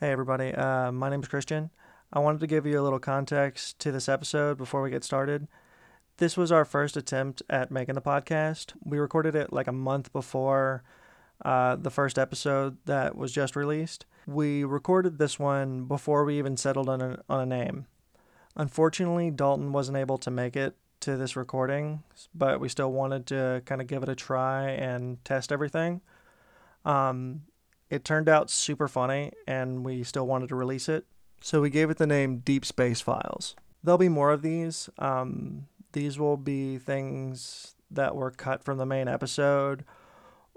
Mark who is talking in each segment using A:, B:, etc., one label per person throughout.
A: Hey, everybody. Uh, my name's Christian. I wanted to give you a little context to this episode before we get started. This was our first attempt at making the podcast. We recorded it like a month before uh, the first episode that was just released. We recorded this one before we even settled on a, on a name. Unfortunately, Dalton wasn't able to make it to this recording, but we still wanted to kind of give it a try and test everything. Um, it turned out super funny, and we still wanted to release it. So we gave it the name Deep Space Files. There'll be more of these. Um, these will be things that were cut from the main episode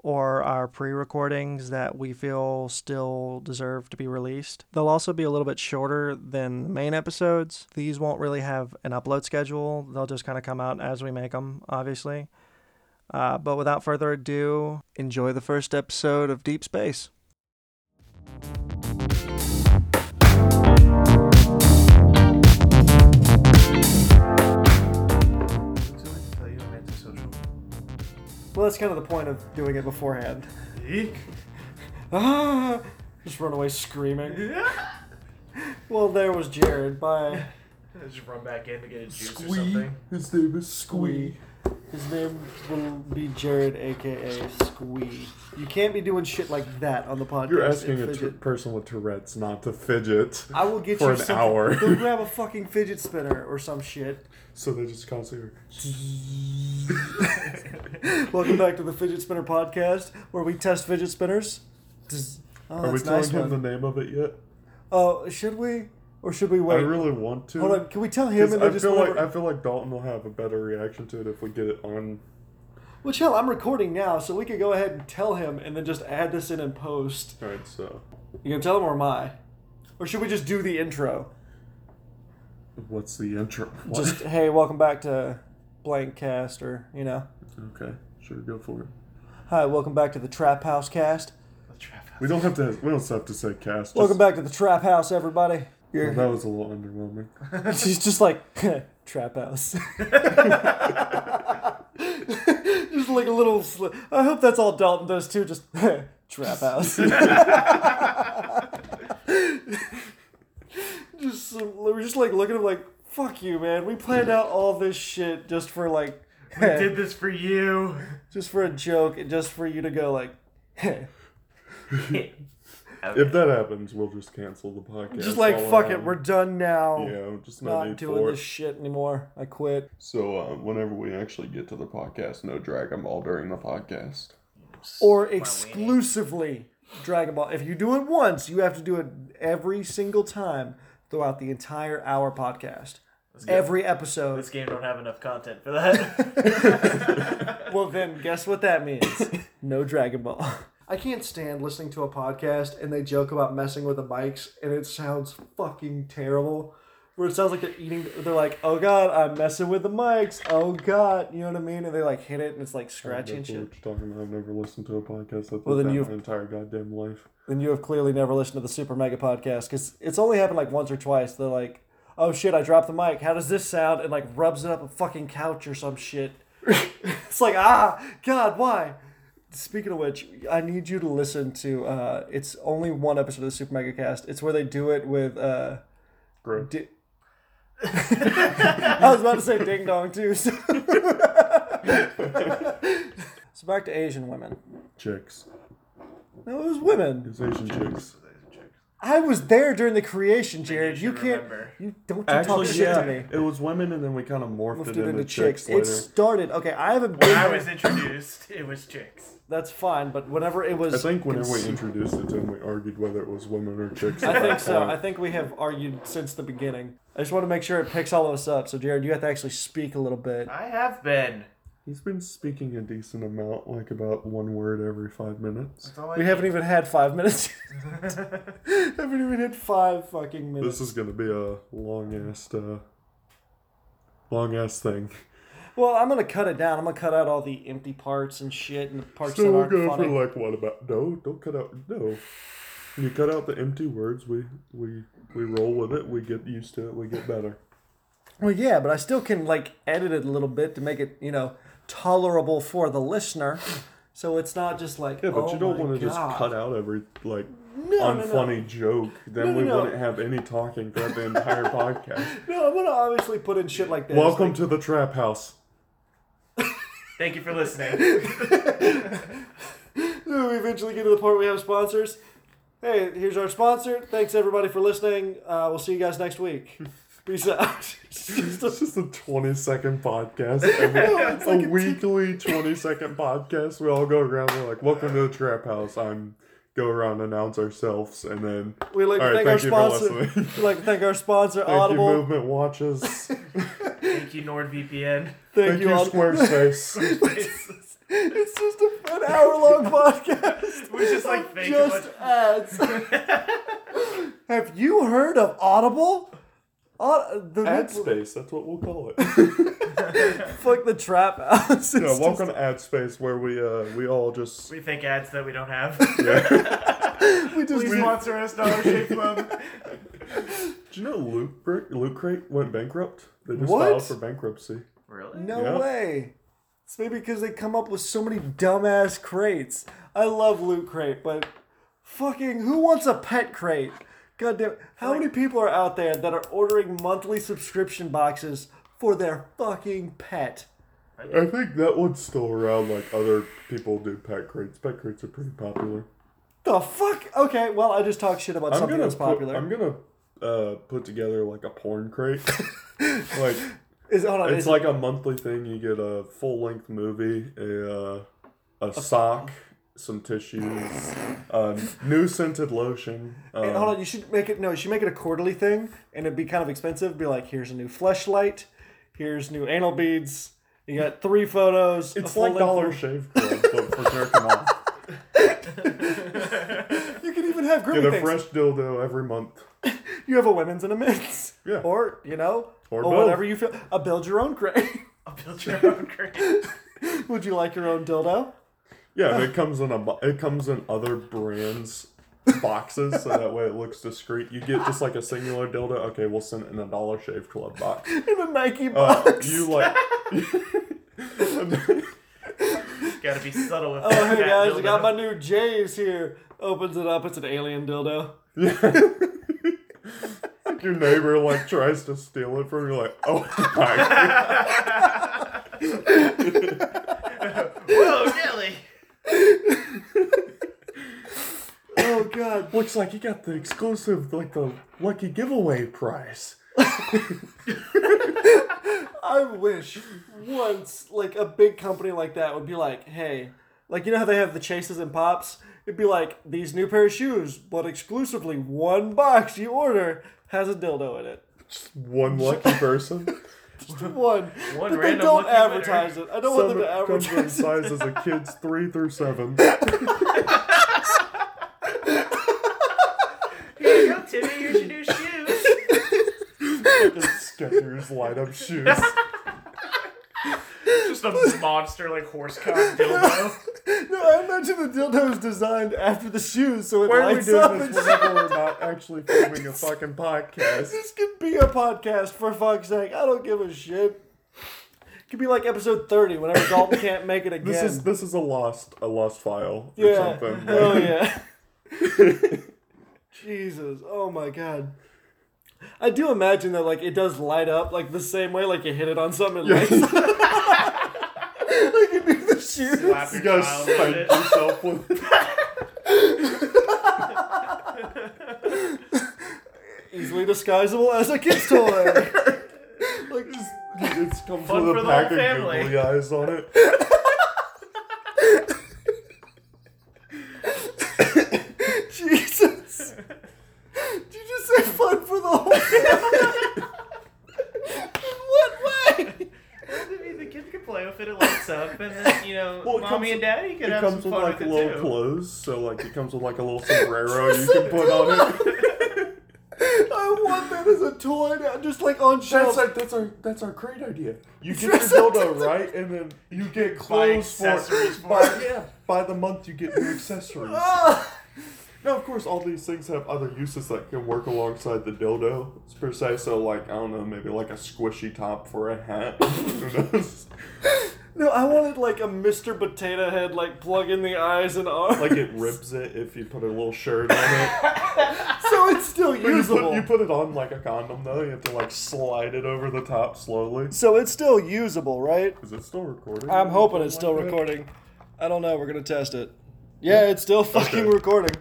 A: or our pre recordings that we feel still deserve to be released. They'll also be a little bit shorter than the main episodes. These won't really have an upload schedule, they'll just kind of come out as we make them, obviously. Uh, but without further ado, enjoy the first episode of Deep Space.
B: Would you like to tell you I'm antisocial?
A: Well, that's kind of the point of doing it beforehand.
B: Eek.
A: Ah, just run away screaming. Well, there was Jared. Bye.
B: Just run back in to get a juice or
A: Squee.
B: something.
A: His name is Squee. His name will be Jared, aka Squee. You can't be doing shit like that on the podcast.
C: You're asking
A: and
C: a t-
A: fidget.
C: person with Tourette's not to fidget
A: I will get
C: for
A: you
C: an
A: something-
C: hour.
A: Go grab a fucking fidget spinner or some shit.
C: so they just constantly.
A: Welcome back to the Fidget Spinner Podcast, where we test fidget spinners. Oh,
C: Are we
A: that's
C: telling
A: nice
C: him
A: one.
C: the name of it yet?
A: Oh, should we? Or should we wait?
C: I really want to.
A: Hold on. Can we tell him
C: 'Cause
A: and
C: I
A: then just
C: feel like
A: whatever-
C: I feel like Dalton will have a better reaction to it if we get it on.
A: Which hell, I'm recording now, so we could go ahead and tell him and then just add this in and post.
C: All right, so
A: You gonna tell him or am I? Or should we just do the intro?
C: what's the intro? What?
A: Just hey, welcome back to Blank Cast, or you know,
C: okay, sure, go for it.
A: hi, welcome back to the Trap House Cast.
B: The trap house.
C: We don't have to. We don't have to say cast.
A: Welcome
C: just-
A: back to the Trap House, everybody.
C: Well,
A: You're,
C: that was a little underwhelming.
A: she's just like Trap House. just like a little. Sl- I hope that's all Dalton does too. Just trap house. just some, we're just like looking at him like fuck you, man. We planned out all this shit just for like,
B: We did this for you.
A: just for a joke and just for you to go like,
C: If that happens, we'll just cancel the podcast.
A: just like
C: all
A: fuck it,
C: around.
A: we're done now.
C: yeah, just no
A: Not
C: need
A: doing
C: for it.
A: this shit anymore. I quit.
C: So uh, whenever we actually get to the podcast, no drag them all during the podcast.
A: or exclusively Dragon Ball. If you do it once, you have to do it every single time throughout the entire hour podcast. Every episode.
B: This game don't have enough content for that.
A: Well, then guess what that means? no Dragon Ball. I can't stand listening to a podcast and they joke about messing with the mics and it sounds fucking terrible. Where it sounds like they're eating, they're like, oh god, I'm messing with the mics. Oh god, you know what I mean? And they like hit it and it's like scratchy and
C: That's what
A: shit.
C: you're talking about. I've never listened to a podcast like
A: Well,
C: that
A: then
C: my
A: you've-
C: entire goddamn life.
A: then you have clearly never listened to the Super Mega Podcast because it's only happened like once or twice. They're like, "Oh shit, I dropped the mic. How does this sound?" And like rubs it up a fucking couch or some shit. it's like, ah, God, why? Speaking of which, I need you to listen to. Uh, it's only one episode of the Super Mega Cast. It's where they do it with. Uh,
C: Bro,
A: di- I was about to say ding dong too. So, so back to Asian women.
C: chicks.
A: No, it was women.
C: It's Asian chicks.
A: I was there during the creation, Jared. You
B: should
A: can't.
B: remember.
A: You don't you talk shit to me.
C: it was women, and then we kind of morphed
A: Lifted
C: it into
A: into
C: chicks.
A: chicks.
C: later.
A: It started. Okay, I haven't been.
B: When I
A: there.
B: was introduced, it was chicks.
A: That's fine, but whenever it was.
C: I think whenever we
A: cons-
C: introduced it to him, we argued whether it was women or chicks.
A: I think so. I think we have argued since the beginning. I just want to make sure it picks all of us up. So, Jared, you have to actually speak a little bit.
B: I have been.
C: He's been speaking a decent amount, like about one word every five minutes.
B: That's all I
A: We haven't even had five minutes. haven't even had five fucking minutes.
C: This is gonna be a long ass, uh, long ass thing.
A: Well, I'm gonna cut it down. I'm gonna cut out all the empty parts and shit and the parts
C: So
A: that
C: we'll
A: aren't
C: go
A: funny.
C: for like what about no? Don't cut out no. You cut out the empty words. We we we roll with it. We get used to it. We get better.
A: Well, yeah, but I still can like edit it a little bit to make it, you know, tolerable for the listener. So it's not just like
C: Yeah, but
A: oh
C: you don't
A: want to
C: just cut out every like unfunny
A: no, no, no.
C: joke, then
A: No, no,
C: we
A: no.
C: wouldn't have any talking throughout the entire podcast.
A: No, I'm gonna obviously put in shit like this.
C: Welcome to the trap house.
A: e-
B: Thank you for listening.
A: we eventually get to the part where we have sponsors. Hey, here's our sponsor. Thanks everybody for listening. Uh, we'll see you guys next week. Peace out.
C: It's just a 20 second podcast. Every, a weekly 20 second podcast. We all go around. We're like, Welcome to the trap house. I'm go around announce ourselves and then
A: We like to
C: All right,
A: thank our
C: thank you for
A: sponsor.
C: listening.
A: We'd like to thank our sponsor,
C: thank
A: Audible.
C: you movement watches.
B: Thank you, NordVPN.
A: Thank,
C: thank you
A: Aud-
C: Squarespace.
A: It's just a, an hour long podcast.
B: We're just like fake
A: just ads. Have you heard of Audible? Aud- the
C: Ad space. That's what we'll call it.
A: Fuck the trap house.
C: Yeah, welcome to Ad Space, where we uh we all just
B: We thank ads that we don't have.
A: We just
B: Please sponsor us, Dollar Shave Club.
C: Do you know Loot Brick, Loot Crate went bankrupt? They just
A: What?
C: filed for bankruptcy.
B: really?
A: No
C: Yeah.
A: way. It's maybe because they come up with so many dumbass crates. I love loot crate, but fucking who wants a pet crate? God damn! How many people are out there that are ordering monthly subscription boxes for their fucking pet?
C: I think that one's still around. Like other people do pet crates. Pet crates are pretty popular.
A: The fuck? Okay, well I just talked shit about
C: I'm
A: something
C: gonna
A: that's
C: put,
A: popular.
C: I'm gonna uh put together like a porn crate. like
A: is hold on,
C: it's
A: is,
C: like a monthly thing. You get a full length movie, a uh, a sock, some tissues, a new scented lotion. Um,
A: hold on, you should make it no, you should make it a quarterly thing, and it'd be kind of expensive. Be like, here's a new fleshlight, here's new anal beads. You got three photos. a
C: It's
A: full
C: like
A: length
C: Dollar
A: version.
C: Shave Club, but for jerking off.
A: You can even have groupie
C: Get a
A: things.
C: fresh dildo every month.
A: You have a women's and a men's.
C: Yeah.
A: Or, you know,
C: Or
A: or,
C: both.
A: whatever you feel. A build your own crate.
B: I'll build your own crate.
A: Would you like your own dildo?
C: Yeah, and it comes in a bo- it comes in other brands boxes, so that way it looks discreet. You get just like a singular dildo. Okay, we'll send it in a Dollar Shave Club box.
A: In a Nike
C: Uh,
A: box.
C: you like?
B: Gotta be subtle with
A: oh,
B: that.
A: hey guys, I
B: dildo.
A: got my new J's here. Opens it up, it's an alien dildo.
C: Your neighbor like tries to steal it from you. Like, oh my god,
B: Whoa, really?
A: Oh, God.
C: looks like you got the exclusive, like the lucky giveaway prize.
A: I wish once, like, a big company like that would be like, hey, like, you know how they have the chases and pops? It'd be like, these new pair of shoes, but exclusively one box you order has a dildo in it.
C: One lucky person.
A: One.
B: One
A: but they
B: random
A: don't
B: lucky winner.
A: advertise it. I don't want
C: Some
A: them to
C: comes in
A: advertise it.
C: sizes of kids three through seven.
B: Here you go, Timmy. Here's your new shoes.
C: Fucking Skechers light up shoes.
B: Just a monster like horse cock dildo.
A: No, I imagine the dildo is designed after the shoes, so it
C: Why are we
A: lights up.
C: doing
A: And
C: this whenever we're not actually filming a fucking podcast?
A: this could be a podcast for fuck's sake. I don't give a shit. It could be like episode thirty, whenever Dalton can't make it again.
C: This is this is a lost a lost file or
A: yeah.
C: something.
A: Oh
C: Like,
A: yeah. Jesus. Oh my god. I do imagine that like it does light up like the same way like you hit it on something. It lights up. like you do the shoes.
B: Slap
C: You
B: your
C: guys
B: child
C: spanked
B: with it.
C: yourself with
A: easily disguisable as a kid's toy. like,
C: it's comes
B: Fun
C: with
B: for
C: a
B: the
C: pack
B: whole
C: of
B: family.
C: googly eyes on it.
A: Jesus. Did you just say fun for the whole family? In what way?
B: I mean, the kid could play with it. It lights up, and then you know,
C: Well, it
B: mommy
C: comes-
B: and daddy could
C: It
B: have
C: comes
B: some
C: with
B: fun
C: like
B: with
C: little
B: it too.
C: clothes, so like it comes with like a little sombrero you can put on it.
A: I want that as a toy, now, just like on shelves.
C: That's our that's our that's our great idea. You get your dildo right, and then you get clothes for,
B: accessories for
C: by,
B: it.
C: yeah. By the month, you get new accessories.
A: Ah!
C: Now, of course, all these things have other uses that can work alongside the dildo. It's per se, so like I don't know, maybe like a squishy top for a hat. Who knows?
A: No, I wanted like a Mr. Potato Head, like plug in the eyes and arms.
C: Like it rips it if you put a little shirt on it.
A: so it's still
C: But you, put,
A: usable.
C: you put it on like a condom though. You have to like slide it over the top slowly.
A: so it's still usable, right?
C: Is it still recording?
A: I'm hoping it's still
C: Like that?
A: recording. I don't know. We're gonna test it. Yeah, it's still fucking
C: Okay.
A: recording.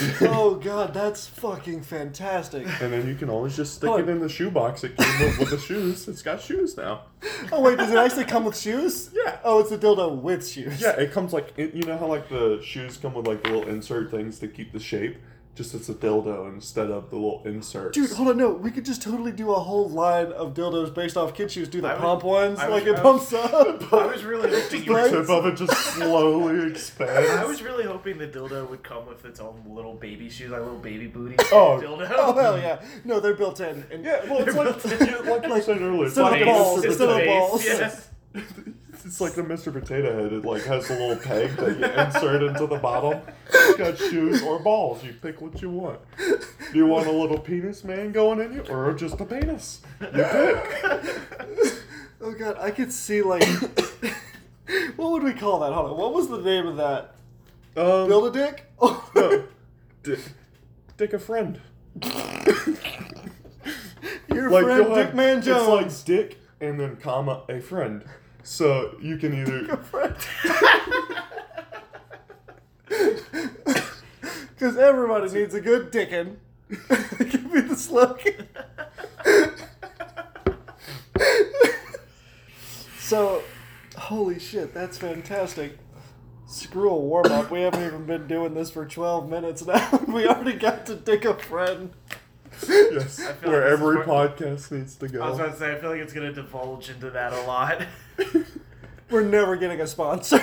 A: oh god, that's fucking fantastic.
C: And then you can always just stick
A: Hold
C: it
A: on.
C: in the shoe box it came with with the shoes. It's got shoes now.
A: Oh wait, does it actually come with shoes?
C: Yeah.
A: Oh, it's a dildo with shoes.
C: Yeah, it comes like it, you know how like the shoes come with like the little insert things to keep the shape. Just it's a dildo instead of the little inserts.
A: Dude, hold on, no, we could just totally do a whole line of dildos based off kid shoes. Do the
B: would-
A: pump ones,
B: I would-
A: like it
B: I would-
A: pumps up.
B: I was really hoping you were-
C: tip of it just slowly expands.
B: I was really hoping the dildo would come with its own little baby shoes, like little baby booty
C: Oh.
B: dildo.
A: Oh hell yeah! No, they're built in. And
C: Yeah, well, it's like, you- like you said earlier, it's
A: Instead of
C: like,
A: the
C: a
A: balls,
C: Mr.
A: instead of
C: Potato-
A: balls.
B: Yeah.
C: it's like the Mr. Potato Head. It like has a little peg that you insert into the bottom. It's got shoes or balls. You pick what you want. Do you want a little penis man going in you, or just a penis? You pick.
A: Oh god, I could see like, what would we call that? Hold on, what was the name of that?
C: Um,
A: Build a dick? Oh,
C: no. Dick, dick a friend.
A: your
C: Like
A: friend
C: you'll
A: Dick
C: have-
A: Man Jones.
C: It's like dick and then comma a friend. So you can either
A: Because everybody needs a good dickin'. it could be the slogan. so, holy shit, that's fantastic. Screw a warm up. We haven't even been doing this for 12 minutes now. we already got to dick a friend.
C: yes,
B: feel
C: where
B: like this is
C: every
B: where-
C: podcast needs to go.
B: I was about to say, I feel like it's gonna divulge into that a lot.
A: We're never getting a sponsor.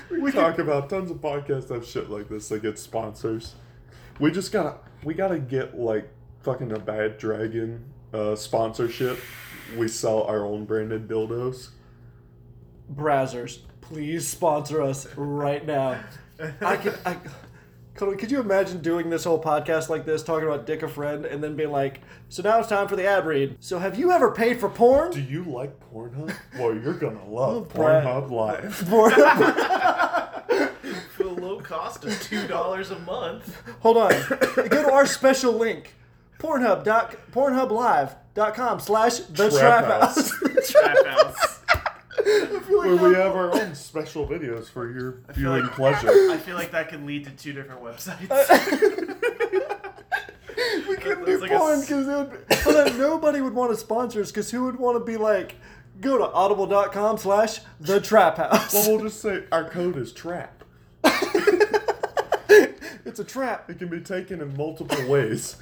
C: we talk about tons of podcasts that have shit like this that get sponsors. We just gotta we gotta get like fucking a bad dragon uh, sponsorship. We sell our own branded dildos.
A: Brazzers, please sponsor us right now. I could, I, Colin, could you imagine doing this whole podcast like this, talking about dick a friend, and then being like, "So now it's time for the ad read." So have you ever paid for
C: Do
A: porn?
C: you like Pornhub? Well, you're gonna love
A: Brad.
C: Pornhub Live.
A: Porn?
B: For the low cost of two dollars a month.
A: Hold on, go to our special link, Pornhub dot PornhubLive.com slash the trap
C: Trap House.
A: house.
B: Trap house.
C: Where we have our own special videos for your viewing
B: like-
C: pleasure.
B: I feel like that could lead to two different websites.
A: we couldn't do
B: That's like a
A: porn
B: s-
A: because it would. be- Hold on, nobody would want to sponsor us because who would want to be like, go to audible.com slash the trap house.
C: Well, we'll just say our code is trap.
A: It's a trap.
C: It can be taken in multiple ways.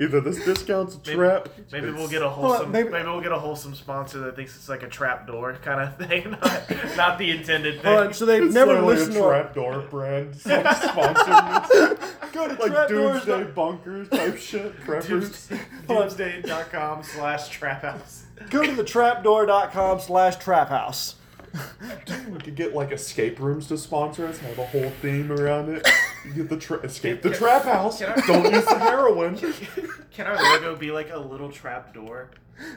C: Either this discount's a trap.
B: Maybe
C: it's-
B: we'll get a wholesome.
A: maybe-
B: maybe, we'll get a wholesome sponsor that thinks it's like a trap door kind of thing, not, not the intended thing.
A: Hold on, so they've
C: It's
A: never
C: literally
A: listened
C: a
A: to our
C: trapdoor brand it's like sponsoring this.
A: go to
C: like
A: trapdoors.
C: doomsday bunkers type shit preppers.
B: Doomsday- Doomsday.com slash trap house.
A: Go to the trapdoor.com slash trap house.
C: we could get like escape rooms to sponsor us, have a whole theme around it. You get the tra- escape the trap house.
B: can I-
C: Don't use the heroin.
B: Can our logo be like a little trap door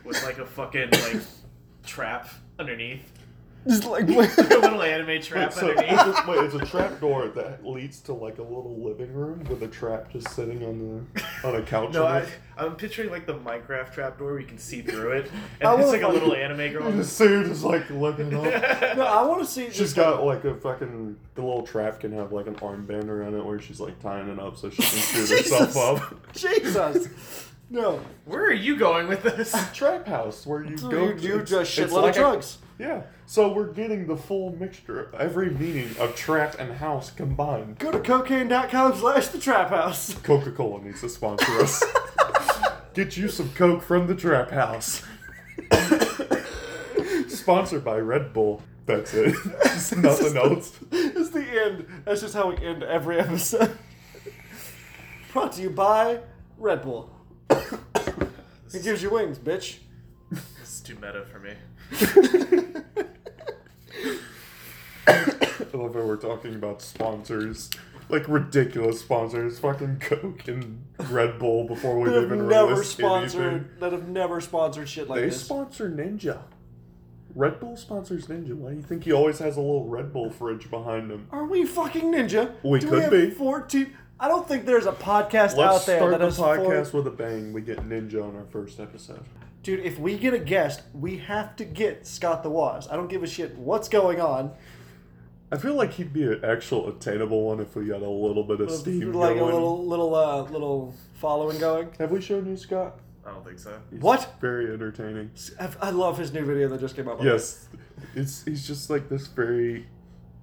B: with like a fucking like trap underneath?
A: Just like
B: A little anime trap
C: So it's
B: underneath.
C: a, wait, it's a trap door that leads to like a little living room with a trap just sitting on the on a couch.
B: No,
C: on
B: I,
C: it.
B: I'm picturing like the Minecraft trap door where you can see through it,
A: I
B: and it's
A: wanna
B: like a
A: find-
B: little anime girl.
C: the suit is like looking up.
A: no, I want to see.
C: She's got like a fucking the little trap can have like an armband around it where she's like tying it up so she can shoot herself
A: Jesus.
C: up.
A: Jesus. No,
B: Where are you going with this?
C: trap house where you
A: So
C: go.
A: you
C: to-
A: do
C: it's-
A: just
C: it's
A: shitload
C: like
A: of
C: a-
A: drugs.
C: yeah. So we're getting the full mixture, of every meaning of trap and house combined.
A: Go to cocaine.com slash the trap house.
C: Coca Cola needs to sponsor us. Get you some Coke from the trap house. Sponsored by Red Bull. That's it. Just nothing else.
A: It's the end. That's just how we end every episode. Brought to you by Red Bull. it gives you wings, bitch.
B: This is too meta for me.
C: I love how we're talking about sponsors. Like ridiculous sponsors, fucking Coke and Red Bull before we've
A: That have
C: even
A: never
C: released
A: sponsored.
C: anything.
A: That have never sponsored shit like
C: They
A: this.
C: sponsor Ninja. Red Bull sponsors Ninja. Why do you think he always has a little Red Bull fridge behind him?
A: Are we fucking ninja?
C: We
A: Do
C: could
A: have
C: be.
A: 14 I don't think there's a podcast
C: Let's
A: out there
C: start
A: that
C: the
A: has four-
C: podcast with a bang. We get Ninja on our first episode.
A: Dude, if we get a guest, we have to get Scott the Waz. I don't give a shit what's going on.
C: I feel like he'd be an actual attainable one if we got a little bit of steam
A: like
C: going.
A: a little little uh, little following going.
C: Have we shown you Scott?
B: I don't think so.
C: He's
A: What?
C: Very entertaining.
A: I I love his new video that just came out.
C: Yes, it's he's just like this very.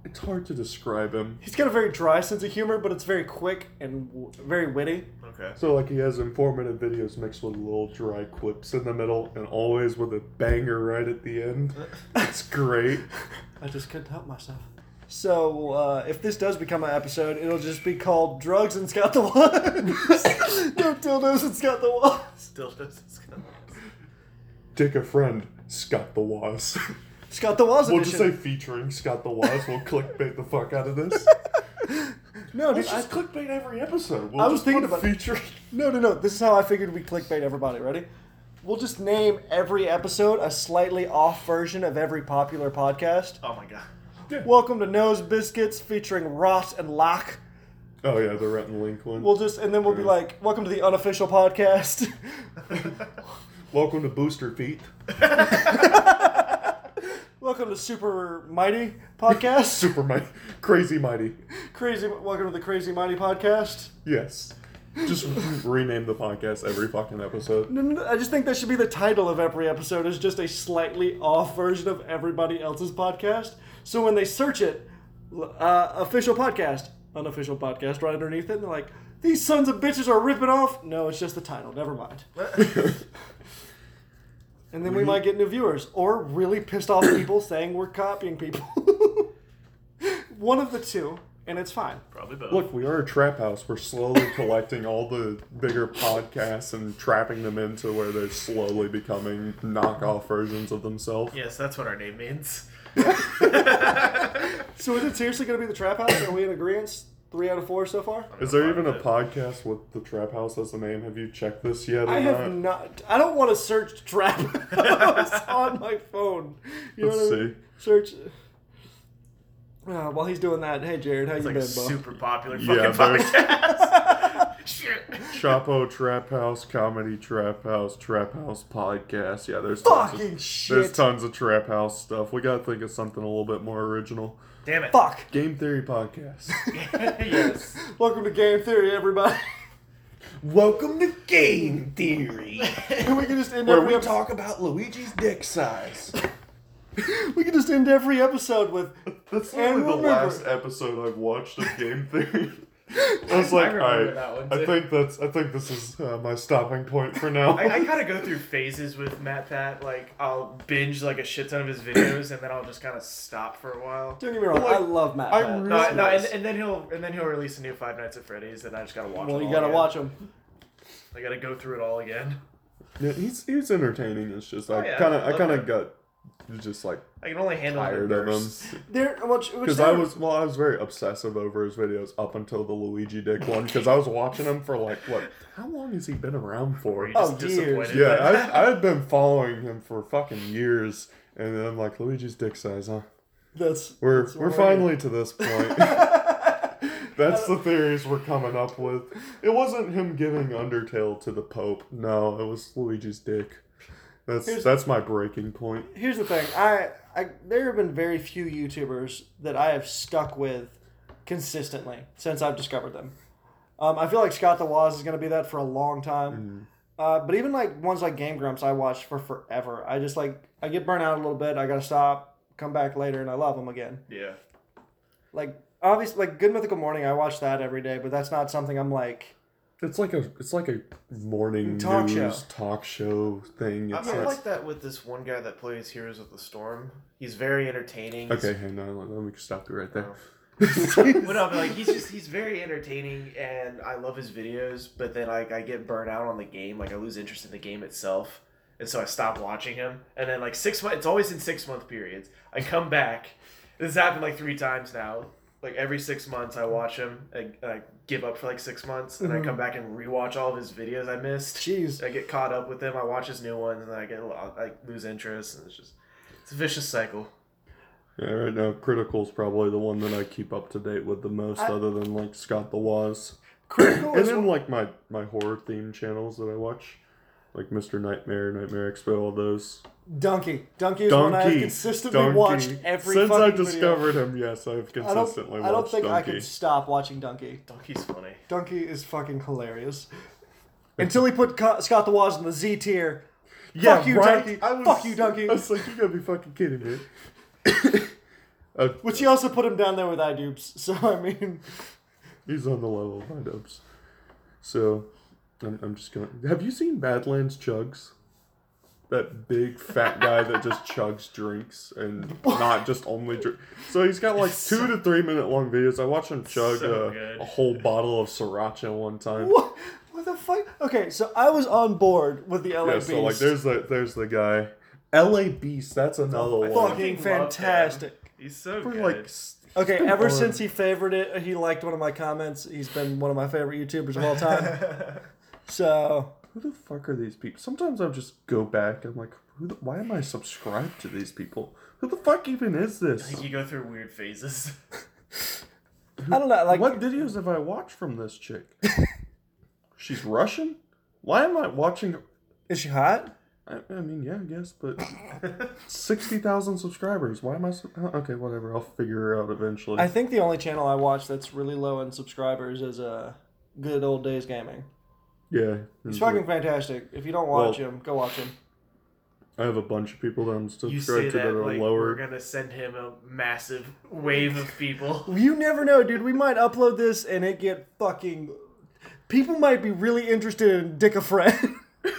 C: It's hard to describe him.
A: He's got a very dry sense of humor, but it's very quick and w- very witty.
B: Okay.
C: So like he has informative videos mixed with little dry quips in the middle, and always with a banger right at the end. It's great.
A: I just couldn't help myself. So, uh, if this does become an episode, it'll just be called Drugs and Scott the Was. no dildos and Scott the Was.
B: Still doesn't. sound-
C: Take a friend, Scott the Waz.
A: Scott the Was
C: we'll just
A: edition.
C: say featuring Scott the Waz. We'll clickbait the fuck out of this.
A: no, dude,
C: Let's
A: I,
C: just clickbait every episode. We'll
A: I was
C: just
A: thinking
C: put
A: about it.
C: featuring.
A: no, no, no. This is how I figured we clickbait everybody. Ready? We'll just name every episode a slightly off version of every popular podcast.
B: Oh my god.
A: Welcome to Nose Biscuits featuring Ross and Locke.
C: Oh yeah, the Rhett and Link one.
A: We'll just, and then we'll be like, welcome to the unofficial podcast.
C: Welcome to Booster Pete.
A: welcome to Super Mighty Podcast.
C: Super mighty, crazy mighty.
A: Crazy, welcome to the Crazy Mighty Podcast.
C: Yes. Just rename the podcast every fucking episode.
A: No, no, no, I just think that should be the title of every episode is just a slightly off version of everybody else's podcast. So when they search it, l- uh, official podcast, unofficial podcast, right underneath it, and they're like, these sons of bitches are ripping off. No, it's just the title. Never mind. And then we might get new viewers or really pissed off people saying we're copying people. One of the two, and it's fine.
B: Probably both.
C: Look, we are a trap house. We're slowly collecting all the bigger podcasts and trapping them into where they're slowly becoming knockoff versions of themselves.
B: Yes, that's what our name means.
A: So is it seriously going to be the trap house? Are we in agreement? Three out of four so far.
C: Is there even a podcast with the trap house as the name? Have you checked this yet? Or
A: I have
C: not?
A: not. I don't want to search trap house on my phone. You know
C: Let's
A: what I mean?
C: see.
A: Search. Uh, while he's doing that, hey Jared, how you
B: It's like
A: been, bro?
B: super popular
C: Yeah,
B: fucking
C: there's-
B: podcast. Shit.
C: Chapo Trap House Comedy Trap House Trap House Podcast. Yeah, there's tons
A: Fucking
C: of, there's
A: shit!
C: tons of trap house stuff. We gotta think of something a little bit more original.
B: Damn it.
A: Fuck!
C: Game Theory Podcast.
B: yes.
A: Welcome to Game Theory, everybody.
C: Welcome to Game Theory,
A: And we can just end
C: where
A: every
C: we
A: episode.
C: talk about Luigi's dick size.
A: we can just end every episode with.
C: That's
A: And
C: literally
A: remember-
C: the last episode I've watched of Game Theory. I was
B: I
C: like,
B: remember
C: alright,
B: that one,
C: I
B: too.
C: think that's I think this is uh, my stopping point for now.
B: I, I kind of go through phases with Matt Pat. Like, I'll binge like a shit ton of his videos, and then I'll just kind of stop for a while.
A: Don't get me wrong, I love Matt.
C: I
A: Pat.
C: really-
B: No, no, and,
C: Nice.
B: and then he'll and then he'll release a new Five Nights at Freddy's, and I just gotta watch.
A: well, you
B: them all
A: gotta
B: again.
A: watch him.
B: I gotta go through it all again.
C: Yeah, he's he's entertaining. It's just I
B: Oh, yeah,
C: kind of
B: I
C: I
B: love
C: kind
B: him.
C: of got just like
B: I can only handle
C: tired
B: the
C: of him
B: bursts.
A: There, which, which
C: because
A: there-
C: I was well I was very obsessive over his videos up until the Luigi Dick one because I was watching him for like what how long has he been around for?
B: Were you
A: Oh,
B: just
A: years.
B: disappointed?
C: Yeah, I I've been following him for fucking years, and then I'm like Luigi's dick size, huh?
A: That's
C: We're
A: that's
C: we're
A: what I did.
C: finally to this point. That's the theories we're coming up with. It wasn't him giving Undertale to the Pope. No, it was Luigi's dick. That's
A: Here's-
C: that's my breaking point.
A: here's the thing. I, I there have been very few YouTubers that I have stuck with consistently since I've discovered them. Um, I feel like Scott the Waz is going to be that for a long
C: Mm-hmm.
A: time. Uh, but even like ones like Game Grumps, I watched for forever. I just like I get burnt out a little bit. I gotta stop, come back later, and I love them again.
B: Yeah.
A: Like obviously, like Good Mythical Morning, I watch that every day. But that's not something I'm like.
C: It's like a it's like a morning
A: Talk show.
C: news talk show thing.
B: I
C: It's,
B: mean, I
C: it's-
B: like that with this one guy that plays Heroes of the Storm. He's very entertaining.
C: okay, hang on, let- let me stop you right there.
B: But no, but like he's just he's very entertaining, and I love his videos. But then like I get burnt out on the game, like I lose interest in the game itself, and so I stop watching him. And then like six months, it's always in six month periods. I come back. This has happened like three times now. Like every six months, I watch him. I, I give up for like six months, and
C: Mm-hmm.
B: I come back and rewatch all of his videos I missed.
A: Jeez.
B: I get caught up with him. I watch his new ones, and then I get I lose interest, and it's just It's a vicious cycle.
C: Yeah, right now Critical's probably the one that I keep up to date with the most, other than like Scott the Waz,
A: Critical
C: and
A: Oh, is
C: then like my my horror themed channels that I watch, like Mr. Nightmare, Nightmare Expo, all those.
A: Donkey. Donkey is one I have
C: Donkey
A: consistently
C: Donkey.
A: watched every
C: since
A: fucking
C: I
A: video.
C: discovered him. Yes, I've
A: I don't,
C: consistently
A: I don't
C: watched
A: think I
C: Donkey.
A: could stop watching Donkey.
B: Donkey's funny.
A: Donkey is fucking hilarious. Until he put Co- Scott the Waz in the Z tier.
C: Yeah,
A: Fuck you,
C: right?
A: Donkey.
C: I was-
A: Fuck you, Donkey.
C: I was like, you gotta be fucking kidding me.
A: Which he also put him down there with iDupes. So, I mean,
C: He's on the level of my dubs. So, I'm, I'm just gonna. Have you seen Badlands Chugs? That big fat guy that just chugs drinks and not just only drink. So he's got like two to three minute long videos. I watched him chug
B: So
C: a,
B: good.
C: a whole bottle of sriracha one time.
A: what, what the fuck? Okay, so I was on board with the LA
C: Yeah,
A: Beast.
C: so like there's the there's the guy. LA Beast, that's another one.
A: fucking
B: Fucking love
A: fantastic.
B: He's so
C: For,
B: good.
C: like s-
A: Okay,
C: been
A: ever
C: on-
A: since he favored it, he liked one of my comments. He's been one of my favorite YouTubers of all time. so,
C: who the fuck are these people? Sometimes I'll just go back and I'm like, who the, why am I subscribed to these people? Who the fuck even is
B: I
C: this?
B: think you go through weird phases.
A: I don't know. Like,
C: what videos have I watched from this chick? She's Russian? Why am I watching?
A: is she hot?
C: I, I mean, yeah, I guess, but 60,000 subscribers. Why am I. su- Okay, whatever. I'll figure her out eventually.
A: I think the only channel I watch that's really low in subscribers is uh, Good Old Days Gaming.
C: yeah.
A: He's
C: usually.
A: fucking fantastic. If you don't watch
C: Well-
A: him, go watch him.
C: I have a bunch of people that I'm
B: You say
C: subscribed to that
B: that
C: are
B: like we're
C: lower.
B: gonna send him a massive wave of people.
A: You never know, dude. We might upload this and it get fucking. People might be really interested in Dick a Friend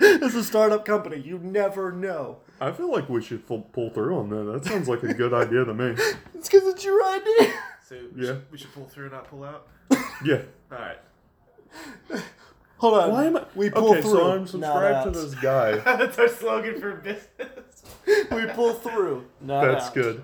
A: as a startup company. You never know.
C: I feel like we should full, pull through on that. That sounds like a good idea to me.
A: It's because it's your idea.
B: So we,
C: Yeah.
B: should, we should pull through, not pull out.
C: Yeah.
B: All right.
A: Hold on.
C: Why am I?
A: We pull
C: okay,
A: through.
C: So I'm
A: not
C: subscribed to
A: out.
C: this guy.
B: That's our slogan for business.
A: We pull through. Not
C: That's
A: out.
C: good.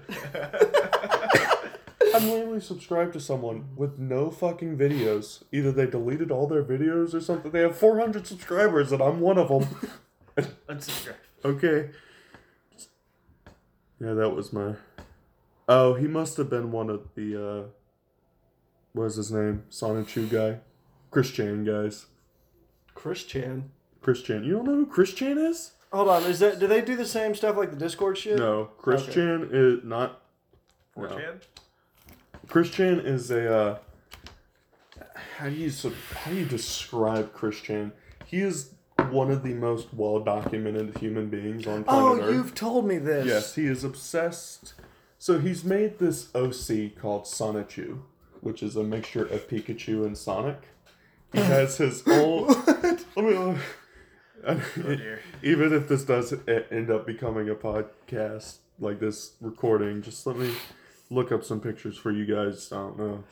C: I'm literally subscribed to someone with no fucking videos. Either they deleted all their videos or something. They have 400 subscribers and I'm one of them.
B: Unsubscribe.
C: Okay. Yeah, that was my. Oh, he must have been one of the. uh What is his name? Sonichu guy, Chris Chan guys.
A: Chris Chan.
C: Chris Chan. You don't know who Chris Chan is?
A: Hold on. Is that? Do they do the same stuff like the Discord shit?
C: No, Chris
A: Okay.
C: Chan is not
B: 4chan?
C: Christian is a uh, how do you sub- how do you describe Christian? He is one of the most well documented human beings on planet
A: Oh,
C: Earth.
A: you've told me this.
C: Yes, he is obsessed. So he's made this OC called Sonichu, which is a mixture of Pikachu and Sonic. He has his own. Let me-
B: dear.
C: Even if this does e- end up becoming a podcast, like this recording, just let me look up some pictures for you guys. I don't know.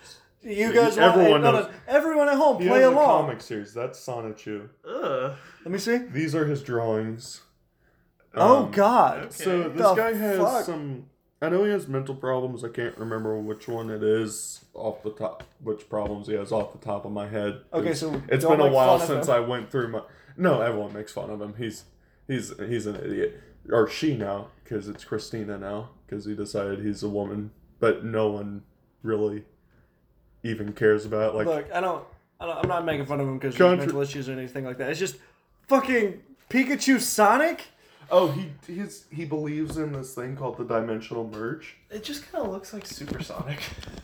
A: You guys.
C: Everyone
A: want, no, no,
C: knows.
A: everyone at home,
C: He
A: play
C: has a
A: along.
C: comic series. That's Sonichu.
B: Ugh.
A: Let me see.
C: These are his drawings.
A: oh
C: Um,
A: God.
B: okay.
C: So
B: Okay.
C: this
A: The
C: guy has
A: fuck?
C: some. I know he has mental problems. I can't remember which one it is off the top. Which problems he has off the top of my head.
A: Okay,
C: It's-
A: so
C: it's
A: don't
C: been a
A: make
C: while
A: fun of
C: since
A: him.
C: I went through my. No, everyone makes fun of him. He's he's he's an idiot, or she now, because it's Christina now, because he decided he's a woman, but no one really even cares about it. like.
A: Look, I don't, I don't. I'm not making fun of him because
C: Contra-
A: mental issues or anything like that. It's just fucking Pikachu Sonic.
C: oh, he he's he believes in this thing called the dimensional merge.
B: It just kind of looks like supersonic.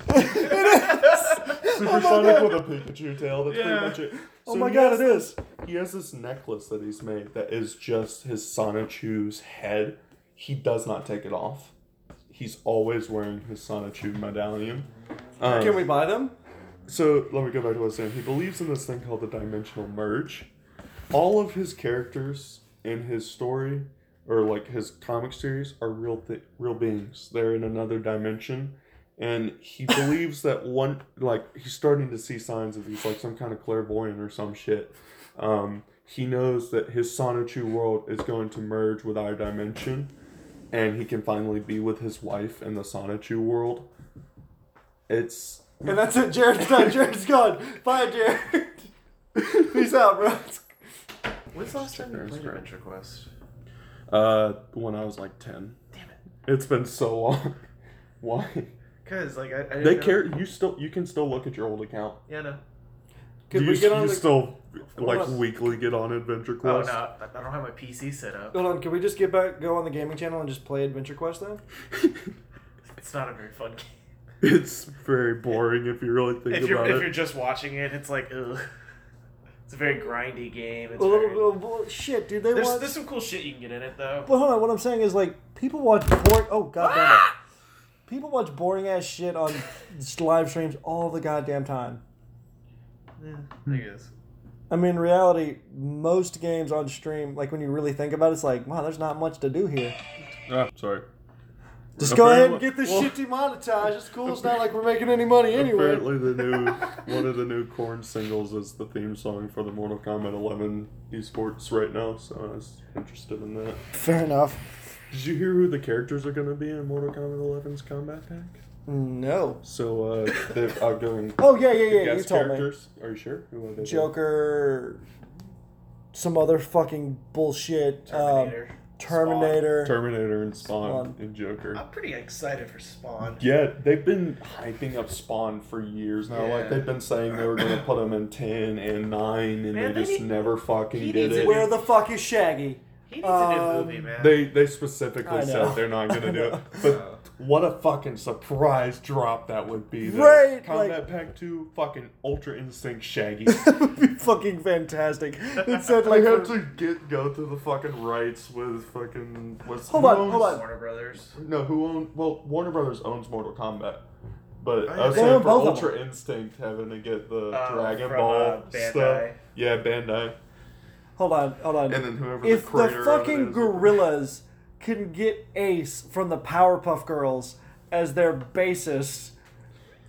C: Supersonic with a Pikachu tail. That's
B: Yeah.
C: pretty much it.
A: Oh
C: So
A: my
C: he
A: God,
C: has
A: it is.
C: this- He has this necklace that he's made that is just his Sonichu's head. He does not take it off. He's always wearing his Sonichu medallion. Um,
A: Can we buy them?
C: so let me go back to what I was saying. He believes in this thing called the dimensional merge. All of his characters in his story or like his comic series are real th- real beings. They're in another dimension, and he believes that one like he's starting to see signs of he's like some kind of clairvoyant or some shit. Um, he knows that his Sonichu world is going to merge with our dimension, and he can finally be with his wife in the Sonichu world. It's
A: And that's it. Jared's done. Jared's gone. Bye, Jared. Peace out, bro.
B: When's the last time you
C: There's
B: played
C: crap.
B: Adventure Quest?
C: Uh, when I was like ten.
B: Damn
C: It's been so long. Why?
B: Cause like I, I didn't
C: They
B: know.
C: care. You still you can still look at your old account.
B: Yeah, no.
A: Could
C: Do
A: we
C: you,
A: get on?
C: you
A: The,
C: still like
A: on.
C: weekly get on Adventure
B: Oh no,
C: Quest?
B: I I don't have my PC set up.
A: Hold on. Can we just get back, go on the gaming channel, and just play Adventure Quest then?
B: It's not a very fun game.
C: It's very boring if you really think
B: If you're
C: about
B: if
C: it.
B: you're just watching it, it's like ugh. It's a very grindy game. It's
A: Well,
B: very-
A: well, well, shit, dude. They
B: There's
A: watch.
B: there's some cool shit you can get in it though.
A: But hold on. What I'm saying is like people watch boring. Oh god damn it.
C: Ah!
A: People watch boring ass shit on live streams all the goddamn time.
B: Yeah,
C: hmm.
B: I guess.
A: I mean, in reality, most games on stream, like when you really think about it, it's like, wow, there's not much to do here.
C: Ah, sorry.
A: Just go ahead and
C: Apparently-
A: get this
C: well-
A: shit demonetized. It's cool. It's not like we're making any money anyway.
C: Apparently, the new one of the new corn singles is the theme song for the Mortal Kombat 11 esports right now. So I was interested in that.
A: Fair enough.
C: Did you hear who the characters are going to be in Mortal Kombat 11's combat pack?
A: No.
C: So uh, they're outgoing.
A: Oh yeah, yeah, yeah. You
C: guest
A: told me.
C: characters. Are you sure? Who are they?
A: Joker. Some other fucking bullshit.
C: Um,
A: Terminator.
B: Terminator.
A: Terminator.
C: Terminator and Spawn
A: Spawn.
C: and Joker.
B: I'm pretty excited for Spawn.
C: Yeah, they've been hyping up Spawn for years now.
B: Yeah.
C: Like they've been saying they were gonna put him in ten and nine,
B: Man,
C: and
B: they
C: they just
B: need-
C: never fucking
B: he
C: did
B: needs a
C: it.
A: Where the fuck is Shaggy?
B: He needs a new
A: Um,
B: movie, man. Uh,
C: They they
A: I
C: specifically
A: know.
C: said they're not
A: I
C: gonna do
A: know.
C: it. But what a fucking surprise drop that would be! though.
A: Right,
C: Combat
A: like-
C: Pack Two, fucking Ultra Instinct Shaggy.
A: that would be fucking fantastic. It said
C: I
A: like,
C: have to get go through the fucking rights with fucking what's
A: Hold
C: who
A: on,
C: owns-
A: hold on.
B: Warner Brothers.
C: No, who own? Well, Warner Brothers owns Mortal Kombat,
B: Oh,
C: but I
B: yeah.
C: was
B: They
C: saying
A: own
C: for
A: both of
C: Ultra Instinct having to get the
B: Uh,
C: Dragon
B: from,
C: Ball
B: uh, Bandai.
C: stuff. Yeah, Bandai,
A: hold on, hold on.
C: and then whoever the
A: if the,
C: creator of it
A: fucking
C: is.
A: gorillas can get Ace from the Powerpuff Girls as their bassist,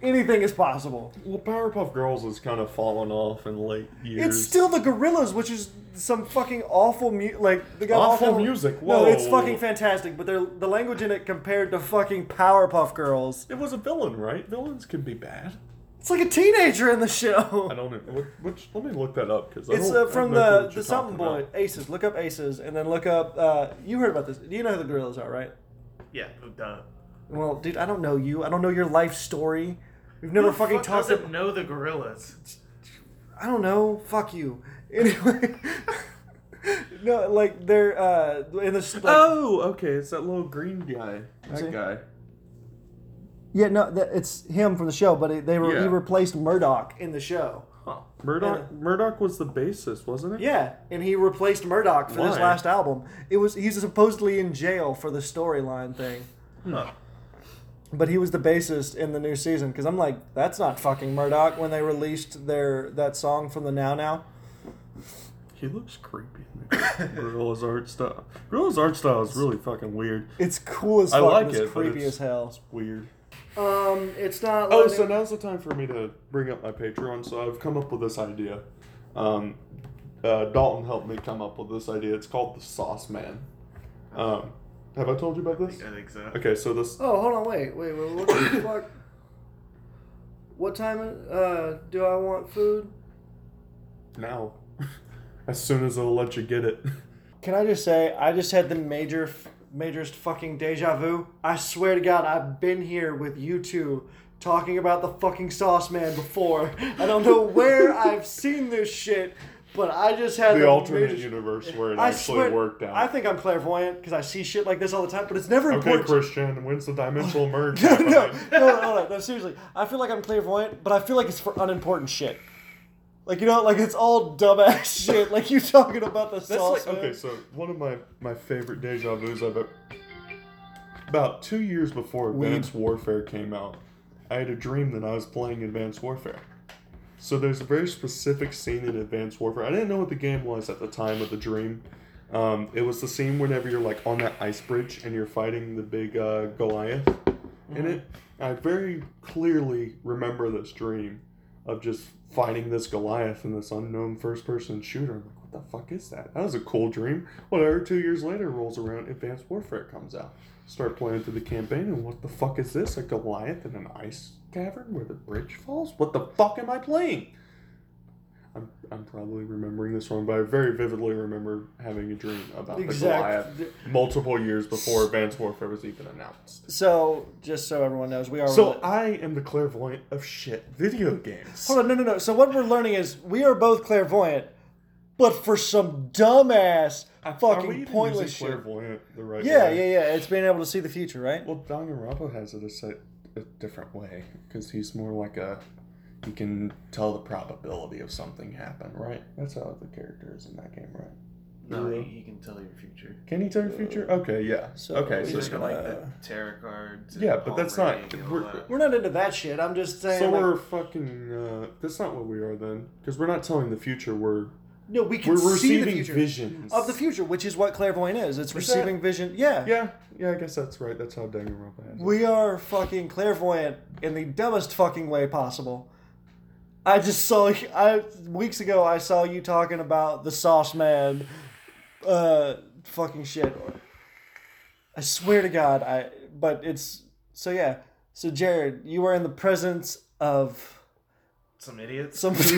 A: anything is possible.
C: Well, Powerpuff Girls has kind of fallen off in late years.
A: It's still the Gorillas, which is some fucking awful music. Like they got
C: Awful music,
A: No, it's
C: whoa.
A: fucking fantastic. But they're, the language in it compared to fucking Powerpuff Girls,
C: It was a villain, right? Villains can be bad.
A: it's like a teenager in the
C: I
A: show.
C: don't know. what- Which, let me look that up because
A: It's uh, from the, the something boy Aces. Look up Aces, and then look up. Uh, you heard about this? You know who the Gorillas are, right?
B: Yeah, duh.
A: Well, dude, I don't know you. I don't know your life story. We've never
B: Who the
A: fucking
B: fuck
A: talked.
B: Doesn't
A: ab-
B: know the gorillas.
A: I don't know. Fuck you. Anyway, no, like they're uh, in this. Like,
C: Oh, okay. It's that little green guy. That
A: See?
C: guy.
A: yeah, no, that, it's him from the show, but it, they were he
C: Yeah.
A: replaced Murdoch in the show.
C: Huh. Murdoch. Murdoch was the bassist, wasn't it?
A: Yeah, and he replaced Murdoch for this
C: Why?
A: last album. It was he's supposedly in jail for the storyline thing.
B: Huh.
A: But he was the bassist in the new season because I'm like, that's not fucking Murdoch when they released their that song from the Now Now.
C: He looks creepy. Gorilla's art style. Gorilla's art style is really fucking weird.
A: It's cool as
C: I
A: fuck.
C: like
A: and
C: it,
A: it's
C: but
A: creepy
C: it's-
A: as hell.
C: Weird.
A: Um, it's not.
C: Oh,
A: letting-
C: so now's the time for me to bring up my Patreon. So I've come up with this idea. Um, uh, Dalton helped me come up with this idea. It's called the Sauce Man. Um, have I told you about
B: I
C: this?
B: think so.
C: Okay, so this
A: Oh, hold on, wait, wait, wait. What the fuck? What time uh, do I want food?
C: now, as soon as I'll let you get it.
A: Can I just say, I just had the major, f- majorest fucking deja vu. I swear to God, I've been here with you two talking about the fucking sauce man before. I don't know where I've seen this shit, but I just had
C: The alternate
A: major-
C: universe where it
A: I
C: actually
A: swear,
C: worked out.
A: I think I'm clairvoyant because I see shit like this all the time, but it's never
C: okay,
A: important.
C: Christian, when's the dimensional merge?
A: no, no,
C: happening?
A: no, no, no, seriously. I feel like I'm clairvoyant, but I feel like it's for unimportant shit. Like, you know, like it's all dumbass shit. Like, you talking about the sauce.
C: That's like, okay, so one of my, my favorite deja vu's I've ever. About two years before Advanced Warfare came out, I had a dream that I was playing Advanced Warfare. So there's a very specific scene in Advanced Warfare. I didn't know what the game was at the time of the dream. Um, it was the scene whenever you're like on that ice bridge and you're fighting the big uh, Goliath in it. I very clearly remember this dream of just fighting this Goliath in this unknown first person shooter. I'm like, what the fuck is that? That was a cool dream. Whatever, two years later rolls around, Advanced Warfare comes out. Start playing through the campaign, and what the fuck is this? A Goliath in an ice cavern where the bridge falls? What the fuck am I playing? I'm, I'm probably remembering this wrong, but I very vividly remember having a dream about
A: Exact-
C: the Goliath multiple years before Advanced Warfare was even announced.
A: So, just so everyone knows, we are.
C: So I am the clairvoyant of shit video games.
A: Hold on, no, no, no. So what we're learning is we are both clairvoyant, but for some dumbass,
C: Are we
A: fucking
C: even
A: pointless
C: using
A: shit.
C: clairvoyant the right
A: Yeah,
C: way?
A: yeah, yeah. It's being able to see the future, right?
C: Well, Danganronpa has it a, set, a different way because he's more like a he can tell the probability of something happen, right? That's how the character is in that game, right?
B: No,
C: Yeah.
B: you, you can tell your future.
C: Can he tell your future? Okay, yeah.
A: so
C: okay,
A: he's
B: He's
C: so
A: just
C: so
B: looking
A: gonna-
B: like the tarot cards. and
C: Yeah, but that's
B: palm
C: not-
B: reading and all
C: we're-
B: that.
A: We're not into that shit. I'm just saying. like,
C: we're fucking. Uh, that's not what we are then, because we're not telling the future. We're
A: no, we can
C: we're
A: see the
C: receiving
A: future
C: visions
A: of the future, which is what clairvoyant is. It's
C: that-
A: receiving vision. Yeah.
C: Yeah, yeah. I guess that's right. That's how Danganronpa has it.
A: we are fucking clairvoyant in the dumbest fucking way possible. I just saw I weeks ago I saw you talking about the sauce man uh fucking shit. I swear to god I but it's so yeah. So Jared, you were in the presence of
B: Some idiots.
A: some some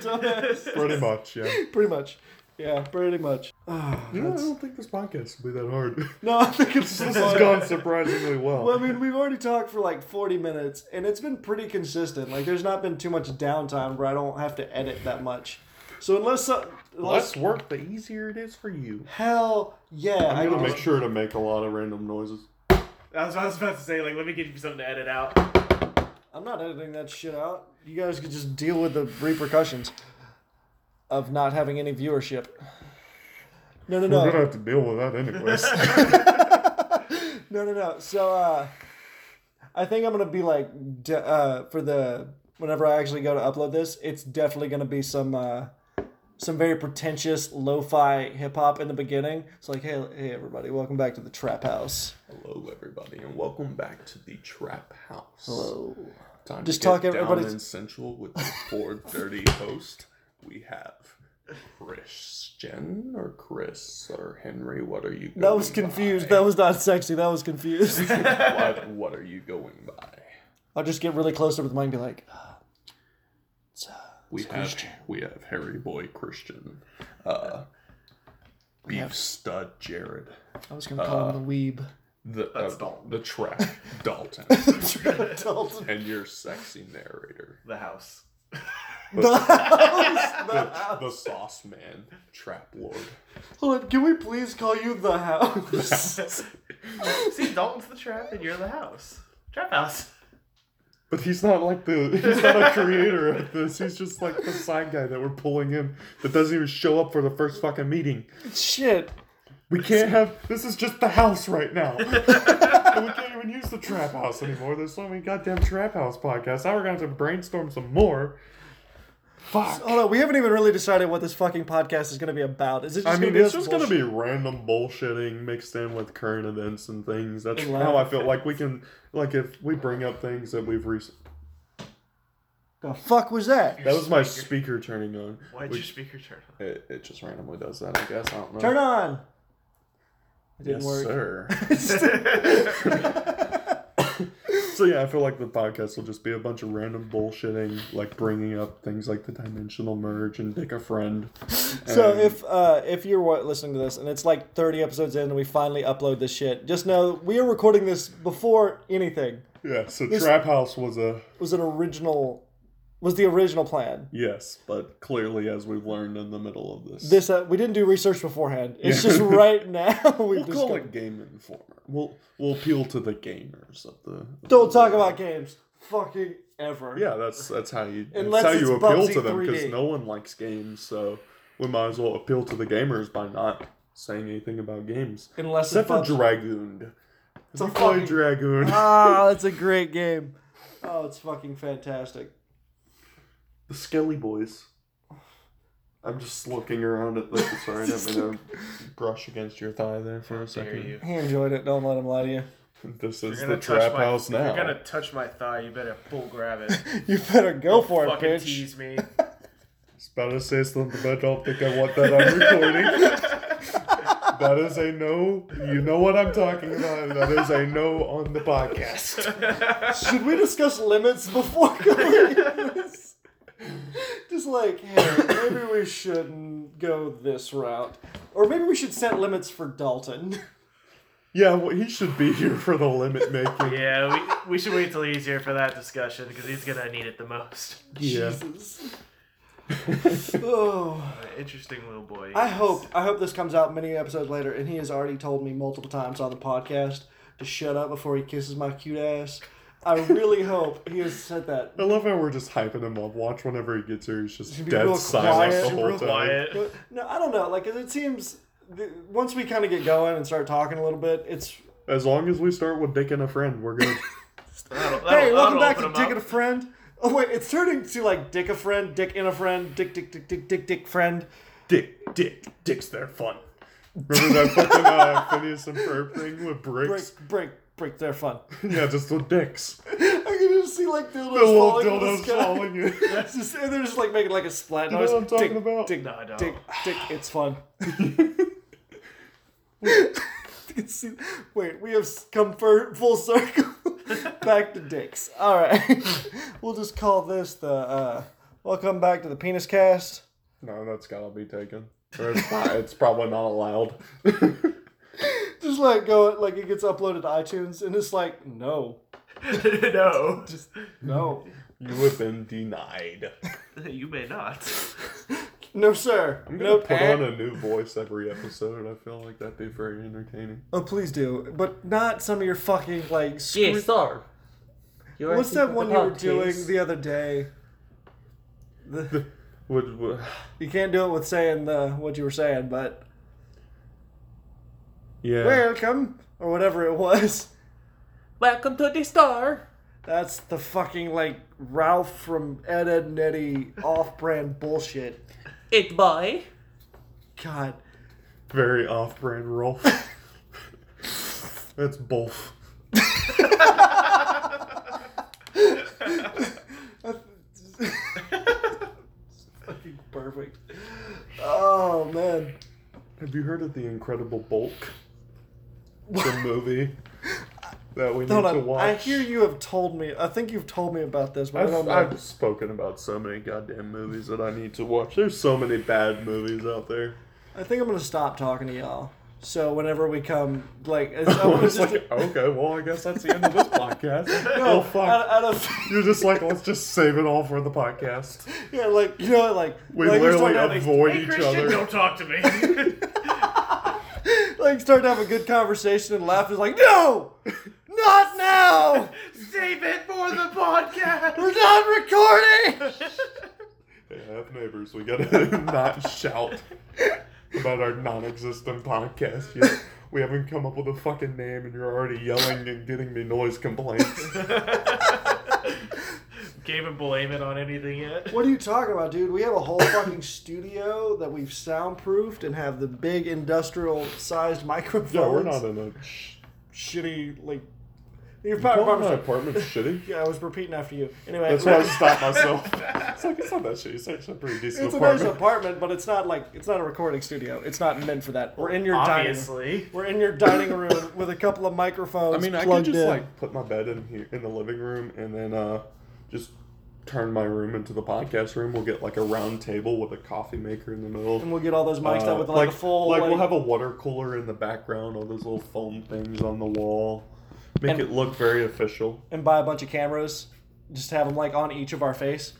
A: dumbass
C: Pretty much, yeah.
A: pretty much. Yeah, pretty much. Ah,
C: You know, I
A: that's-
C: don't think this podcast will be that hard.
A: no, I think it's
C: this
A: just
C: has gone surprisingly well.
A: Well, I mean, we've already talked for like 40 minutes, and it's been pretty consistent. Like, there's not been too much downtime where I don't have to edit that much. So, unless. Uh,
C: The
A: unless
C: less work, the easier it is for you.
A: hell yeah.
C: I'm gonna
A: I-
C: make sure to make a lot of random noises.
B: I, was, I was about to say, like, let me give you something to edit out.
A: I'm not editing that shit out. You guys could just deal with the repercussions of not having any viewership. No, no,
C: We're
A: no.
C: gonna have to deal with that anyways.
A: No, no, no. So, uh, I think I'm gonna be like, de- uh, for the whenever I actually go to upload this, it's definitely gonna be some, uh, some very pretentious lo-fi hip hop in the beginning. It's like, hey, hey, everybody, welcome back to the trap house.
C: Hello, everybody, and welcome back to the Trap House.
A: Hello.
C: Time
A: Just
C: to get
A: talk everybody's-
C: down and sensual with the four dirty host. We have Christian or Chris or Henry. What are you? Going
A: That was confused.
C: By?
A: That was not sexy. That was confused.
C: what, what are you going by?
A: I'll just get really close up with mine and be like, uh, it's, uh,
C: We
A: it's
C: have
A: Christian.
C: we have Harry Boy Christian, uh, Beef Stud Jared,
A: I was gonna call him the weeb.
C: the
B: That's
C: uh,
B: Dalton.
C: the trap Dalton,
A: Dalton.
C: and your sexy narrator,
B: The house.
C: the, the Sauce Man, Trap Lord.
A: Hold on, can we please call you the house?
B: See, Dalton's the trap and you're the house. Trap house.
C: But he's not like the he's not a creator of this. He's just like the side guy that we're pulling in that doesn't even show up for the first fucking meeting.
A: Shit.
C: We can't have this is just the house right now. and we can't even use the trap house anymore. There's so many goddamn trap house podcasts. Now we're gonna have to brainstorm some more. Fuck.
A: Hold on, we haven't even really decided what this fucking podcast is going to be about. Is it just
C: I
A: gonna
C: mean,
A: be
C: it's
A: us
C: just going to
A: bullshit-
C: be random bullshitting mixed in with current events and things. That's
A: And
C: how I
A: laugh.
C: feel like we can, like, if we bring up things that we've recently.
A: The fuck was that?
C: That was my speaker turning on.
B: Why'd
C: We-
B: your speaker turn on?
C: It, it just randomly does that, I guess. I don't know.
A: Turn on! It didn't
C: Yes,
A: work.
C: sir. so yeah, I feel like the podcast will just be a bunch of random bullshitting, like bringing up things like the dimensional merge and pick a friend.
A: So
C: And
A: if uh, if you're wa- listening to this and it's like 30 episodes in and we finally upload this shit, just know we are recording this before anything.
C: yeah, so Trap House was a
A: Was an original, was the original plan.
C: yes, but clearly, as we've learned in the middle of this,
A: This uh, we didn't do research beforehand. It's
C: Yeah.
A: just right now we
C: we'll
A: just
C: call it Game Informer. We'll we'll appeal to the gamers of the. of
A: don't
C: the
A: talk
C: world.
A: about games fucking ever.
C: Yeah, that's that's how you that's
A: Unless
C: how
A: it's
C: you appeal
A: Bubsy
C: to them because
A: 3D.
C: no one likes games, so we might as well appeal to the gamers by not saying anything about games.
A: Unless
C: Except
A: it's
C: for
A: Bubsy
C: Dragoon. It's
A: a
C: a play
A: fucking-
C: Dragoon.
A: Ah, that's a great game. Oh, it's fucking fantastic.
C: the Skelly Boys. I'm just looking around at the sorry, I'm gonna brush against your thigh there for a
B: Dare
C: second.
B: you.
A: He enjoyed it. Don't let him lie to you.
C: This is
B: You're gonna
C: the trap
B: touch my-
C: house
B: if
C: now.
B: You're gonna touch my thigh. You better pull grab it.
A: You better go for it,
B: Fucking
A: bitch.
B: tease me.
C: I was about to say something, but I don't think I want that on recording. that is a no. You know what I'm talking about. That is a no on the podcast.
A: Should we discuss limits before going into this? was like, hey, maybe we shouldn't go this route. Or maybe we should set limits for Dalton.
C: Yeah, well, he should be here for the limit making.
B: Yeah, we, we should wait till he's here for that discussion because he's gonna need it the most.
C: yeah.
A: Jesus. oh.
B: Interesting little boy.
A: I hope I hope this comes out many episodes later, and he has already told me multiple times on the podcast to shut up before he kisses my cute ass. I really hope he has said that.
C: I love how we're just hyping him up. Watch whenever he gets here, he's just
A: Be
C: dead
A: real
C: silent
A: quiet.
C: the
A: Super
C: whole time.
B: quiet.
A: But, no, I don't know. Like it seems, th- once we kind of get going and start talking a little bit, it's
C: As long as we start with Dick and a friend, we're good.
B: That'll- that'll-
A: hey, welcome
B: that'll
A: back
B: open
A: to
B: him
A: Dick
B: up.
A: and a Friend. Oh wait, it's turning to like Dick a friend, Dick in a friend, Dick Dick Dick Dick Dick Dick friend.
C: Dick, Dick, Dick's their fun. Remember that fucking uh, Phineas and Ferb thing with
A: Break
C: bricks?
A: break break. They're fun.
C: yeah, just with dicks.
A: I can just see like dildos
C: The little
A: falling. from the
C: dildos
A: sky.
C: falling in.
A: It's just, and they're just like making like a splat
C: You know
A: noise.
C: what I'm talking
A: Tick,
C: about?
A: Tick,
B: No, I don't.
A: tick, tick. It's fun. It's- Wait, we have s- come fur- full circle back to dicks. All right, we'll just call this the uh, welcome back to the penis cast.
C: No, that's gotta be taken. Or it's, not, it's probably not allowed.
A: Just like go like it gets uploaded to iTunes and it's like no,
B: no,
A: just no,
C: You have been denied.
B: you may not.
A: no sir.
C: I'm gonna put on a new voice every episode. I feel like that'd be very entertaining.
A: oh please do, but not some of your fucking like. Screw-
D: sir. You are
A: What's
D: asking
A: that
D: for
A: one
D: the
A: you were
D: hot
A: doing
D: taste.
A: the other day? The,
C: Would, would
A: you can't do it with saying the what you were saying, but
C: yeah.
A: welcome or whatever it was.
D: Welcome to the star.
A: That's the fucking like Ralph from Ed Ed and Eddie off-brand bullshit.
D: It boy.
A: God,
C: Very off-brand Rolf. that's both.
A: fucking perfect. Oh man,
C: Have you heard of the Incredible Bulk? The movie that we need
A: hold
C: to
A: on.
C: watch.
A: I hear you have told me. I think you've told me about this, but I don't know.
C: I've, I've spoken about so many goddamn movies that I need to watch. There's so many bad movies out there.
A: I think I'm gonna stop talking to y'all. So whenever we come, like, it's, I wanna
C: It's
A: just,
C: like, okay, well, I guess that's the end of this podcast.
A: no, uh,
C: oh, fuck.
A: I, I don't.
C: You're just like, let's just save it all for the podcast.
A: Yeah, like you know, like
C: We
A: like, you
C: literally
A: start having-
C: avoid
B: Hey,
C: each
B: Christian,
C: other.
B: don't talk to me.
A: like start to have a good conversation and laugh is like, no, not now.
B: Save it for the podcast.
A: We're not recording.
C: Hey, I have neighbors. We gotta not shout about our non-existent podcast yet. We haven't come up with a fucking name, and you're already yelling and getting me noise complaints.
B: Can't even blame it on anything yet.
A: What are you talking about, dude? We have a whole fucking studio that we've soundproofed and have the big industrial-sized microphones.
C: Yeah, we're not in a. Sh-
A: shitty. Like your
C: I
A: power
C: call my
A: department's-
C: apartment shitty.
A: Yeah, I was repeating after you. Anyway,
C: That's why I stopped myself. It's like it's not that shitty. It's actually a pretty decent
A: it's a nice
C: apartment.
A: apartment, but it's not like it's not a recording studio. It's not meant for that. We're in your dining.
B: Obviously.
A: We're in your dining room with a couple of microphones.
C: I mean, I could
A: plugged
C: just
A: in.
C: like put my bed in here in the living room, and then uh, just turn my room into the podcast room. We'll get like a round table with a coffee maker in the middle.
A: and we'll get all those mics
C: Uh,
A: out with like, a full
C: like, we'll have a water cooler in the background, all those little foam things on the wall, make
A: And-
C: it look very official.
A: and buy a bunch of cameras, just have them like on each of our face.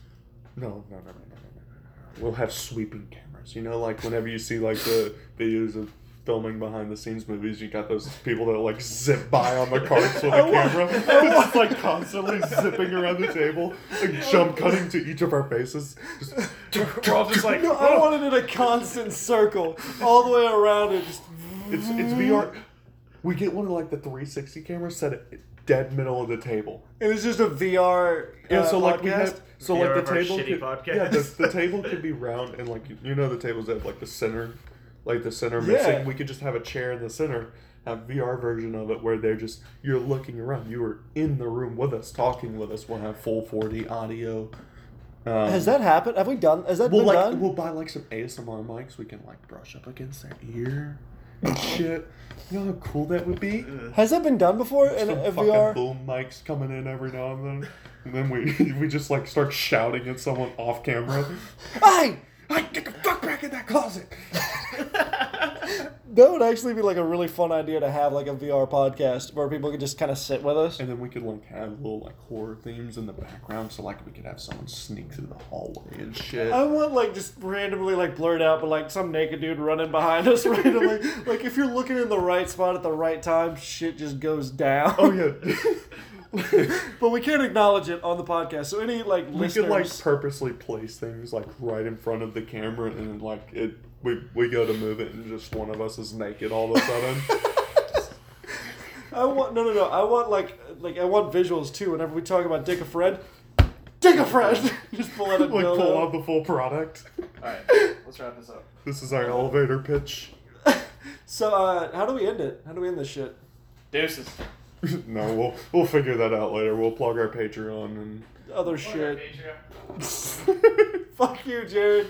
C: No, no, no, no, no, no, no, no. We'll have sweeping cameras. You know, like whenever you see like the videos of filming behind the scenes movies, you got those people that like zip by on the carts with a camera, It's just like constantly zipping around the table, like jump cutting to each of our faces. Just,
B: We're all just like,
A: No, I want it in a constant circle all the way around it. Just
C: It's it's VR. We get one of like the 360 cameras set at dead middle of the table.
A: and it's just a VR.
C: Yeah,
A: uh,
C: so like we
A: podcast.
C: have, so
B: VR
C: like
B: of
C: the
B: our
C: table,
B: shitty
C: could,
B: podcast.
C: yeah, the, the table could be round and like you- you know the tables have like the center, like the center
A: Yeah.
C: missing. We could just have a chair in the center, have VR version of it where they're just you're looking around, you are in the room with us, talking with us. We'll have full 4D audio. Um,
A: Has that happened? Have we done? Has that
C: We'll
A: been
C: like
A: done?
C: we'll buy like some ASMR mics we can like brush up against their ear and shit. You know how cool that would be.
A: Has that been done before in
C: Some
A: a
C: fucking
A: VR?
C: boom mics coming in every now and then. And then we we just like start shouting at someone off camera.
A: Hey!
C: I get the fuck back in that closet.
A: That would actually be like a really fun idea to have like a VR podcast where people could just kind of sit with us.
C: And then we could like have little like horror themes in the background, so like we could have someone sneak through the hallway and shit.
A: I want like just randomly like blurred out, but like some naked dude running behind us randomly. like if you're looking in the right spot at the right time, shit just goes down.
C: oh yeah.
A: but we can't acknowledge it on the podcast. So any like
C: we
A: listeners,
C: could like purposely place things like right in front of the camera, and then, like it we we go to move it, and just one of us is naked all of a sudden.
A: I want no no no. I want like like I want visuals too. Whenever we talk about Dick a Fred, Dick a Fred, just pull out a
C: like
A: dildo.
C: pull out the full product.
B: All right, let's wrap this up.
C: This is our elevator pitch.
A: So uh, how do we end it? How do we end this shit?
B: Deuces.
C: no, we'll we'll figure that out later. We'll plug our Patreon
A: Other shit.
C: and.
A: Fuck you, Jared.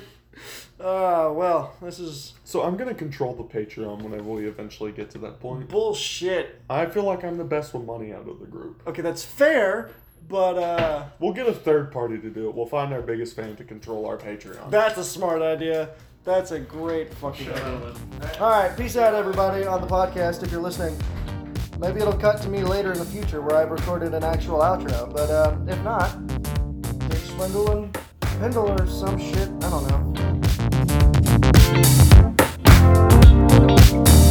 A: Ah well, this is
C: so I'm gonna control the Patreon whenever we eventually get to that point.
A: bullshit.
C: I feel like I'm the best with money out of the group.
A: Okay, that's fair, but uh,
C: We'll get a third party to do it. We'll find our biggest fan to control our Patreon.
A: that's a smart idea. That's a great fucking idea. All right, peace out, everybody, on the podcast if you're listening. Maybe it'll cut to me later in the future where I've recorded an actual outro, but uh, if not, Dick Swindle and Pendle or some shit. I don't know.